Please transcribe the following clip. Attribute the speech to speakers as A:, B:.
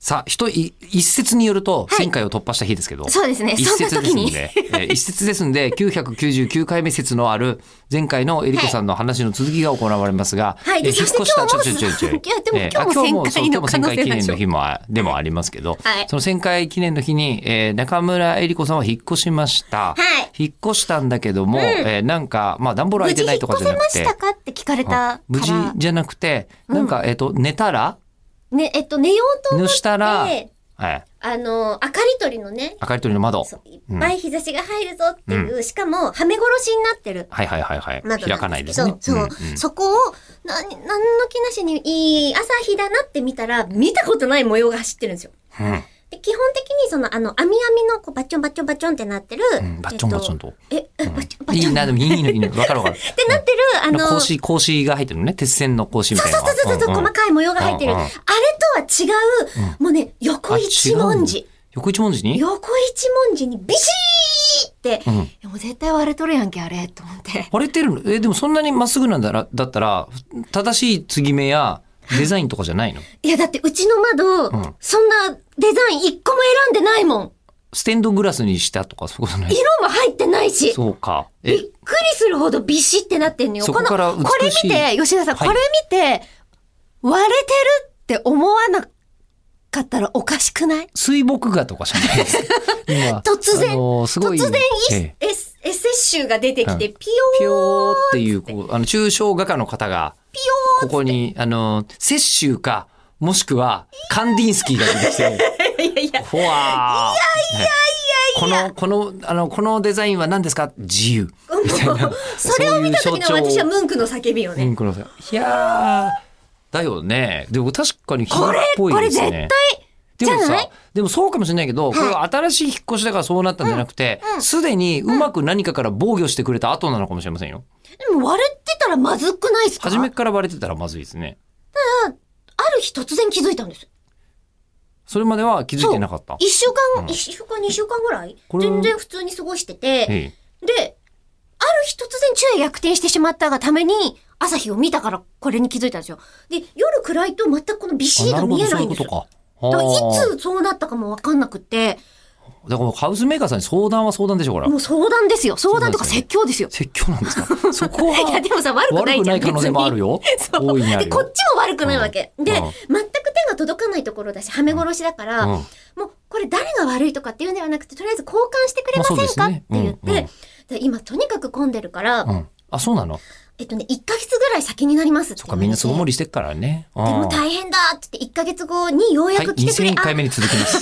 A: さあ、人い、一説によると、
B: はい
A: 1000回を突破した日ですけど。
B: そうですね
A: 一
B: そんな
A: 説です
B: 時
A: ん
B: に
A: で、えー一説ですんで、999回目説のある、前回のえりこさんの話の続きが行われますが、
B: はいで
A: えー
B: そして
A: ちょ
B: 今
A: ち
B: 日
A: ょ
B: も
A: ちょちょ。
B: いやでも
A: えー
B: 今日も
A: あ
B: 1000
A: そう
B: 回の
A: 今日も1000
B: 可能性
A: 回記念
B: でし
A: の
B: ょ
A: 日もあ、でもありますけど、
B: はい
A: その1000回記念の日に、えー中村えりこさんは引っ越しました。
B: い
A: 引っ越したんだけども、えーなんか、まあ、段ボール
B: 無
A: 開い
B: 事
A: て
B: 引
A: ないと
B: っ
A: か
B: 越
A: じゃ
B: せ
A: なく
B: ましてた、かって聞かれたから
A: 無事じゃなくて、なんか、えっ、と、寝たら
B: ねえっと寝ようと思
A: 寝
B: っ
A: したら、
B: て
A: はい。
B: あの明かり取りのね
A: 明かり取りの窓。
B: そういっぱい日差しが入るぞっていう、しかもはめ殺しになってる
A: はいはいはいはい。
B: 窓んですけど
A: 開かないですね。
B: そう、
A: うんうん
B: そこを、な、なんの気なしに、いい朝日だなって見たら、見たことない模様が走ってるんですよ。
A: うん
B: で、基本的に、その、あの、網網の、こう、バチョンバチョンバチョンってなってる。
A: うんバッチョンバッチョンと。
B: えっと。え、バチョンバ
A: い
B: チ
A: い
B: ョン。っ
A: な、でもいいのいい の。わかるわかる。
B: てなってる、あの、
A: 格
B: そ
A: 子、
B: う
A: 格子が入ってるのね。鉄線の格子みたいな。
B: そうそうそうそう、
A: んん
B: 細かい模様が入ってる。
A: うんうん
B: あれとは違う、もうね、横一文。
A: あ違う
B: 字
A: の。横一文字に
B: 横一文字にビシーって、
A: うん
B: いやもう絶対割れとるやんけ、あれ、と思って。
A: 割れてるのえ、でもそんなにまっすぐなんだら、だったら、正しい継ぎ目やデザインとかじゃ ないの
B: いや、だって、うちの窓、
A: ん
B: そんなデザイン一個も選んでないもん。
A: ステンドグラスにしたとか、そういうことない。
B: 色も入ってないし、
A: そうか。
B: びっ
A: え
B: くり、するほどビシってなってんのよ。
A: そこから
B: このこれ
A: 美しい
B: 見て、吉田さん、
A: はい
B: これ見て、割れてるって思わなかったらおかしくない
A: 水墨画とかじゃないですか。今
B: 突然
A: あのすごい
B: 突然
A: え
B: エ
A: え
B: エスエッセ集が出てきて、ピ
A: ピ
B: ヨーン
A: ョーっていう、こう、あの、抽象画家の方が、ここに、あの、雪舟か、もしくは、カンディンスキーが出 てきて、
B: いやいや、
A: ほわー。いやいやいやいやこの、この、あの、このデザインは何ですか自由。
B: もう、それを見た時の
A: そういう象徴
B: 私はムンクの叫びを
A: う
B: ね。
A: ん、このさいやー。だよね。でも確かにひっぽい
B: これ
A: ですね。
B: これ絶
A: でも
B: じゃな
A: さ
B: い、
A: でもそうかもしれないけど、
B: い
A: これは新しい引っ越しだからそうなったんじゃなくて、すでにうまく何かから防御してくれた後なのかもしれませんよ。
B: でも割れてたらまずくないですかあ
A: 初め
B: る
A: からバレてたらまずいですね。
B: 日突然気づいたんです。
A: それまでは気づいてなかった。
B: 一週
A: う
B: 間、
A: ん
B: 一週間、二週間ぐらい
A: これ
B: 全然普通に過ごしてて、
A: ええ
B: で、ある日突然昼夜逆転してしまったがために、朝日を見たからこれに気づいたんですよ。で、夜暗いと全くこのビシー
A: あ
B: が見え
A: そう
B: ないい
A: うん
B: で
A: こ
B: す
A: と
B: よ。
A: か。
B: だから
A: あ
B: いつそうなったかもわかんなくて、
A: ーだからハウスメーカーさんに相談は相談でしょ、これ。
B: もう相談ですよ。相談とか
A: そうなん
B: 説教ですよ。
A: 説教なんです かそこ
B: いや、
A: は
B: でもさ、悪くな
A: 悪
B: い
A: く
B: じゃ。
A: なんい可能性もある
B: よ。
A: よ。
B: そう
A: 大いにあ
B: で、
A: る
B: こっ
A: よ。
B: ちも悪くないわけ。で、
A: うん
B: 全く手が届かないところだし、はめ殺しだから、
A: うん
B: もう、これ誰が悪いとかっていうんではなくて、とりあえず交換してくれません
A: まあ
B: か、
A: そうですね
B: って言って、
A: うんうん
B: で今とにかく混んでるから、
A: うん。あ、そうなの
B: えっとね、1ヶ月ぐらい先になりますって
A: そっ
B: 言
A: か、
B: われて。
A: みんな巣ごもりしてっからね。で
B: でも大変だって言って1ヶ月後にようや
A: はい、
B: く来てくれ、
A: 2001
B: あ
A: 回目に続きます。